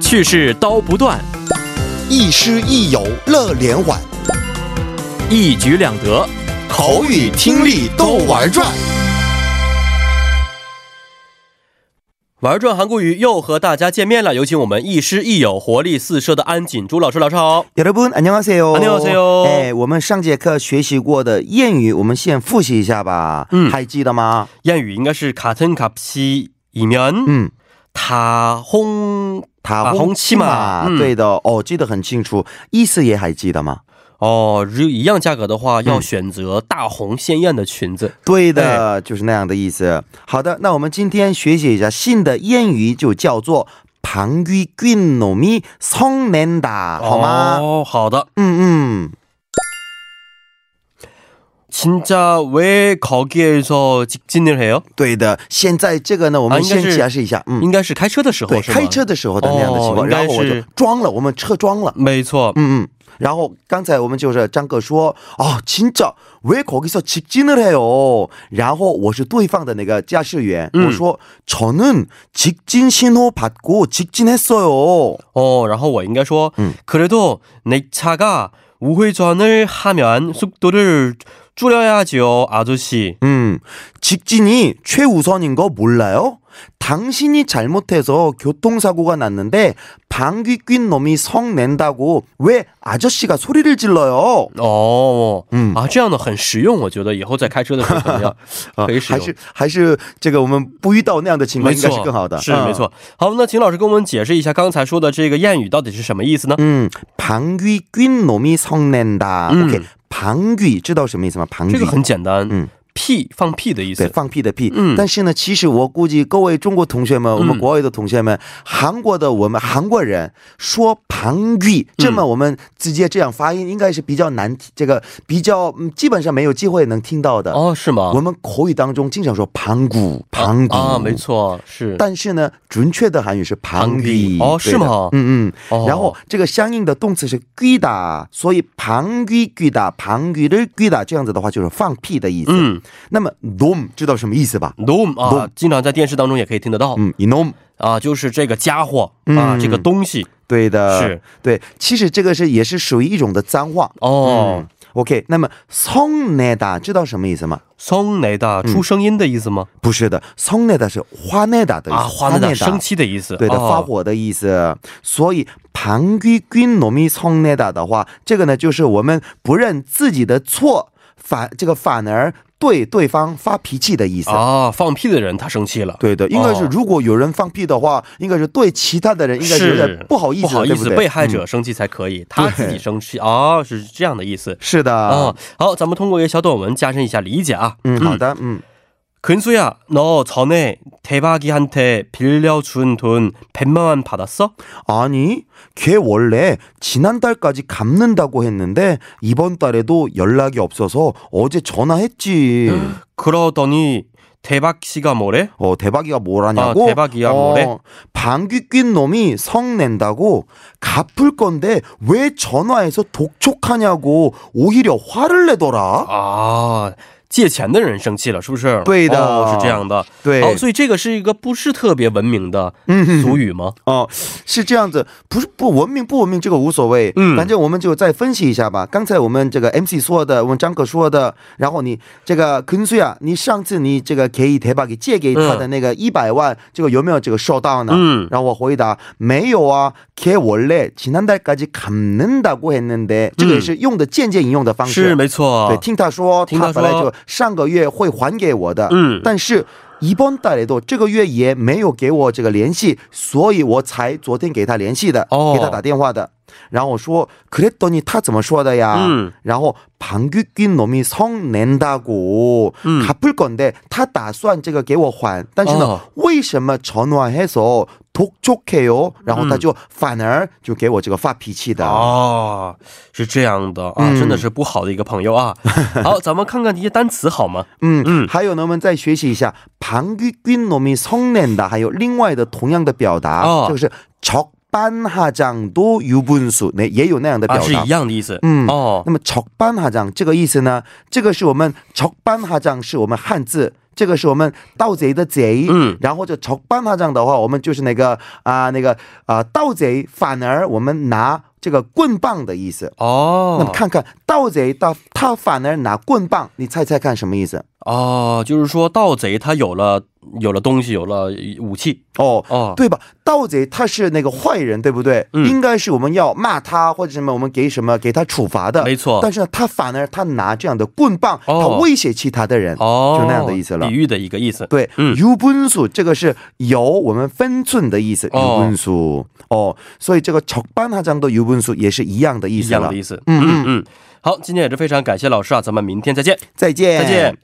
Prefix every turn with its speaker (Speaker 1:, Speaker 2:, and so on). Speaker 1: 去世刀不断，
Speaker 2: 亦师亦友乐连环，
Speaker 1: 一举两得。
Speaker 2: 口语听力都玩转。
Speaker 3: 玩转韩国语又和大家见面了，有请我们亦师亦友、活力四射的安锦珠老师。老师好，
Speaker 4: 여러분 안녕하세요.
Speaker 3: 안녕하세요.
Speaker 4: 哎，我们上节课学习过的谚语，我们先复习一下吧。
Speaker 3: 嗯
Speaker 4: 还记得吗？
Speaker 3: 谚语应该是卡恩卡西이면
Speaker 4: 嗯，
Speaker 3: 塔轰
Speaker 4: 塔
Speaker 3: 啊红
Speaker 4: 红
Speaker 3: 旗
Speaker 4: 旗
Speaker 3: 马
Speaker 4: 马，
Speaker 3: 嗯
Speaker 4: 对的，哦，记得很清楚，意思也还记得吗？
Speaker 3: 哦，如果一样价格的话，要选择大红鲜艳的裙子。
Speaker 4: 对的，就是那样的意思。好的，那我们今天学习一下新的谚语，就叫做“방귀뀐놈이성낸다”，好嗯吗？
Speaker 3: 哦，好的。
Speaker 4: 嗯嗯，
Speaker 3: 진짜 왜 거기에서 직진을 해요?
Speaker 4: 对的。现在这个呢，我
Speaker 3: 啊
Speaker 4: 们
Speaker 3: 应该
Speaker 4: 先
Speaker 3: 是
Speaker 4: 解释一下。嗯，
Speaker 3: 应该是开车的时候
Speaker 4: 对，
Speaker 3: 是吗？
Speaker 4: 开车的时候的那样的情
Speaker 3: 哦
Speaker 4: 况，
Speaker 3: 应该
Speaker 4: 然后我就是装了，我们车装了。
Speaker 3: 没错，
Speaker 4: 음, 음. 然后刚才我们就是张哥说，啊， 진짜 왜 거기서 직진을 해요? 然后我是对方的那个驾驶员，
Speaker 3: 음.
Speaker 4: 我说 저는 직진 신호 받고 직진했어요.
Speaker 3: 哦，然后我应该说，
Speaker 4: 嗯
Speaker 3: 그래도내차가 우회전을 하면 속도를 줄여야죠, 아저씨.
Speaker 4: 음, 직진이 최우선인 거 몰라요? 당신이 잘못해서 교통사고가 났는데 방귀 뀐 놈이 성 낸다고 왜 아저씨가 소리를 질러요?
Speaker 3: 哦，
Speaker 4: 嗯
Speaker 3: 啊，这样的很实用，我觉得以后在开车的时候怎么 样可以使
Speaker 4: 아，
Speaker 3: 用。没错，
Speaker 4: 哦还是还是这个我们不遇到那样的情况应该是更好的，嗯
Speaker 3: 是没错。好，那秦老师跟我们解释一下刚才说的这个谚语到底是什么意思呢？
Speaker 4: 음, 방귀 뀐 놈이 성낸다.
Speaker 3: 음.
Speaker 4: 오케이. 방귀, 知道什么意思吗?
Speaker 3: 嗯
Speaker 4: 방귀.
Speaker 3: 这个很简单，
Speaker 4: 嗯，
Speaker 3: 屁放屁的意
Speaker 4: 对，
Speaker 3: 思。
Speaker 4: 放屁的屁。
Speaker 3: 嗯
Speaker 4: 但是呢，其实我估计各位中国同学们，我们国外的同学
Speaker 3: 嗯
Speaker 4: 们，韩国的我们韩国人说旁语，这么我们直接这样发音，应该是比较难，这个比较、嗯、基本上没有机会能听到的。
Speaker 3: 哦，是吗
Speaker 4: 我？们口语当中经常说盘古，盘古
Speaker 3: 啊，没。错，是。
Speaker 4: 但是呢，准确的韩语是旁
Speaker 3: 旁
Speaker 4: 语
Speaker 3: 语哦
Speaker 4: 对
Speaker 3: 是
Speaker 4: 的
Speaker 3: 吗
Speaker 4: 嗯嗯，
Speaker 3: 哦
Speaker 4: 然后这个相应的动词是귀다，所以旁귀귀다，旁귀를귀다，这样子的话就是放屁的意思。
Speaker 3: 嗯，
Speaker 4: 那么 dom 知道什么意思吧？
Speaker 3: dom 啊
Speaker 4: dom ，
Speaker 3: 经常在电视当中也可以听得到。
Speaker 4: 嗯，inom，
Speaker 3: 啊，就是这个家伙啊，
Speaker 4: 嗯
Speaker 3: 这个东西
Speaker 4: 对的，
Speaker 3: 是
Speaker 4: 对。其实这个是也是属于一种的脏话。
Speaker 3: 哦
Speaker 4: 嗯。OK，那么 song n e d a 知道什么意思吗？
Speaker 3: 松雷的出声音的意思吗？
Speaker 4: 不是的，song n e d a 是花 n e d a 的意思，
Speaker 3: 啊，花那的
Speaker 4: 화내다
Speaker 3: 生气的意思，
Speaker 4: 对的，
Speaker 3: 哦
Speaker 4: 发火的意思。所以旁귀균놈이성내다的话，这个呢就是我们不认自己的错，反这个反而对对方发脾气的意思。
Speaker 3: 啊，放屁的人他生气了，
Speaker 4: 对的，应该是
Speaker 3: 哦
Speaker 4: 如果有人放屁的话，应该是对其他的人应该是有点不好意
Speaker 3: 不
Speaker 4: 思，
Speaker 3: 好意
Speaker 4: 对不
Speaker 3: 思，
Speaker 4: 对
Speaker 3: 被害
Speaker 4: 嗯
Speaker 3: 者生气才可以，他自己生气啊，是这样的意思
Speaker 4: 是的，
Speaker 3: 啊。好，咱们通过一个小短文加深一下理解啊。
Speaker 4: 嗯，好的，嗯，
Speaker 3: 근수야, 너 전에 대박이한테 빌려준 돈 100만 원 받았어?
Speaker 4: 아니, 걔 원래 지난달까지 갚는다고 했는데 이번 달에도 연락이 없어서 어제 전화했지.
Speaker 3: 그러더니 대박 씨가 뭐래?
Speaker 4: 어 대박이가 뭐라냐고?
Speaker 3: 어, 대박이야, 뭐래?
Speaker 4: 방귀 뀐 놈이 성 낸다고 갚을 건데 왜 전화해서 독촉하냐고 오히려 화를 내더라.
Speaker 3: 啊，借钱的人生气了，是不是？
Speaker 4: 对的
Speaker 3: 哦、是这样的。
Speaker 4: 对
Speaker 3: 好，所以这个是一个不是特别文明的俗语吗？
Speaker 4: 哦，是这样子，不是不文明不文明这个无所谓，
Speaker 3: 嗯
Speaker 4: 反正我们就再分析一下吧。刚才我们这个 MC 说的，我们张哥说的，然后你这个根穗啊，你上次你这个给台巴给借给他的那个一百万，这个有没有这个收到呢？
Speaker 3: 嗯
Speaker 4: 然后我回答没有啊，걔 원래 지난달까지 갚는다고 했는데，、这个也是用的间接引用的方式，
Speaker 3: 是没
Speaker 4: 对，
Speaker 3: 错。
Speaker 4: 听他说，
Speaker 3: 啊听他说
Speaker 4: 本来就上个月会还给我的，
Speaker 3: 嗯
Speaker 4: 但是一般带来的这个月也没有给我这个联系，所以我才昨天给他联系的，
Speaker 3: 哦
Speaker 4: 给他打电话的。然后我说，그랬더니他怎么说的呀？
Speaker 3: 嗯
Speaker 4: 然后방귀뀐놈이성낸다고
Speaker 3: 嗯
Speaker 4: 갚을건데，他打算这个给我还，但是呢，
Speaker 3: 哦
Speaker 4: 为什么전화해서독촉해요？然后他就反而就给我这个发脾气的。
Speaker 3: 嗯哦，是这样的啊，
Speaker 4: 嗯
Speaker 3: 真的是不好的一个朋友 啊。好，咱们看看一些单词好吗？
Speaker 4: 嗯
Speaker 3: 嗯
Speaker 4: 嗯，还有呢，我们再学习一下방귀뀐놈이성낸다，还有另外的同样的表达，
Speaker 3: 哦
Speaker 4: 这个是적반하장도유분수，那也有那样的表
Speaker 3: 啊，
Speaker 4: 达。
Speaker 3: 是一样的意思。
Speaker 4: 嗯
Speaker 3: 哦，
Speaker 4: 那么적반하장这个意思呢，这个是我们적반하장是我们汉字 这个是我们盗贼的贼，
Speaker 3: 嗯
Speaker 4: 然后就적반하장的话，我们就是那个啊、那个啊、盗贼，反而我们拿这个棍棒的意思。那么
Speaker 3: 哦，
Speaker 4: 看看盗贼他他反而拿棍棒，你猜猜看什么意思？
Speaker 3: 哦，就是说盗贼他有了有了东西，有了武器，
Speaker 4: 哦。
Speaker 3: 哦，，
Speaker 4: 对吧？盗贼他是那个坏人，对不对？
Speaker 3: 嗯
Speaker 4: 应该是我们要骂他或者什么，我们给什么给他处罚的。
Speaker 3: 没错
Speaker 4: 但是呢，他反而他拿这样的棍棒，
Speaker 3: 哦
Speaker 4: 他威胁其他的人，
Speaker 3: 哦，
Speaker 4: 就那样的意思了
Speaker 3: 比。喻的一个意思，，
Speaker 4: 对，
Speaker 3: 嗯
Speaker 4: 有本数这个是有我们分寸的意思，有
Speaker 3: 哦
Speaker 4: 本数哦，所以这个적반하장도有本数也是一样的意
Speaker 3: 一
Speaker 4: 思
Speaker 3: 样
Speaker 4: 了
Speaker 3: 的。意思，
Speaker 4: 嗯哎
Speaker 3: 嗯嗯。好，今天也是非常感谢老师啊，咱们明天再见，
Speaker 4: 再见，
Speaker 3: 再见。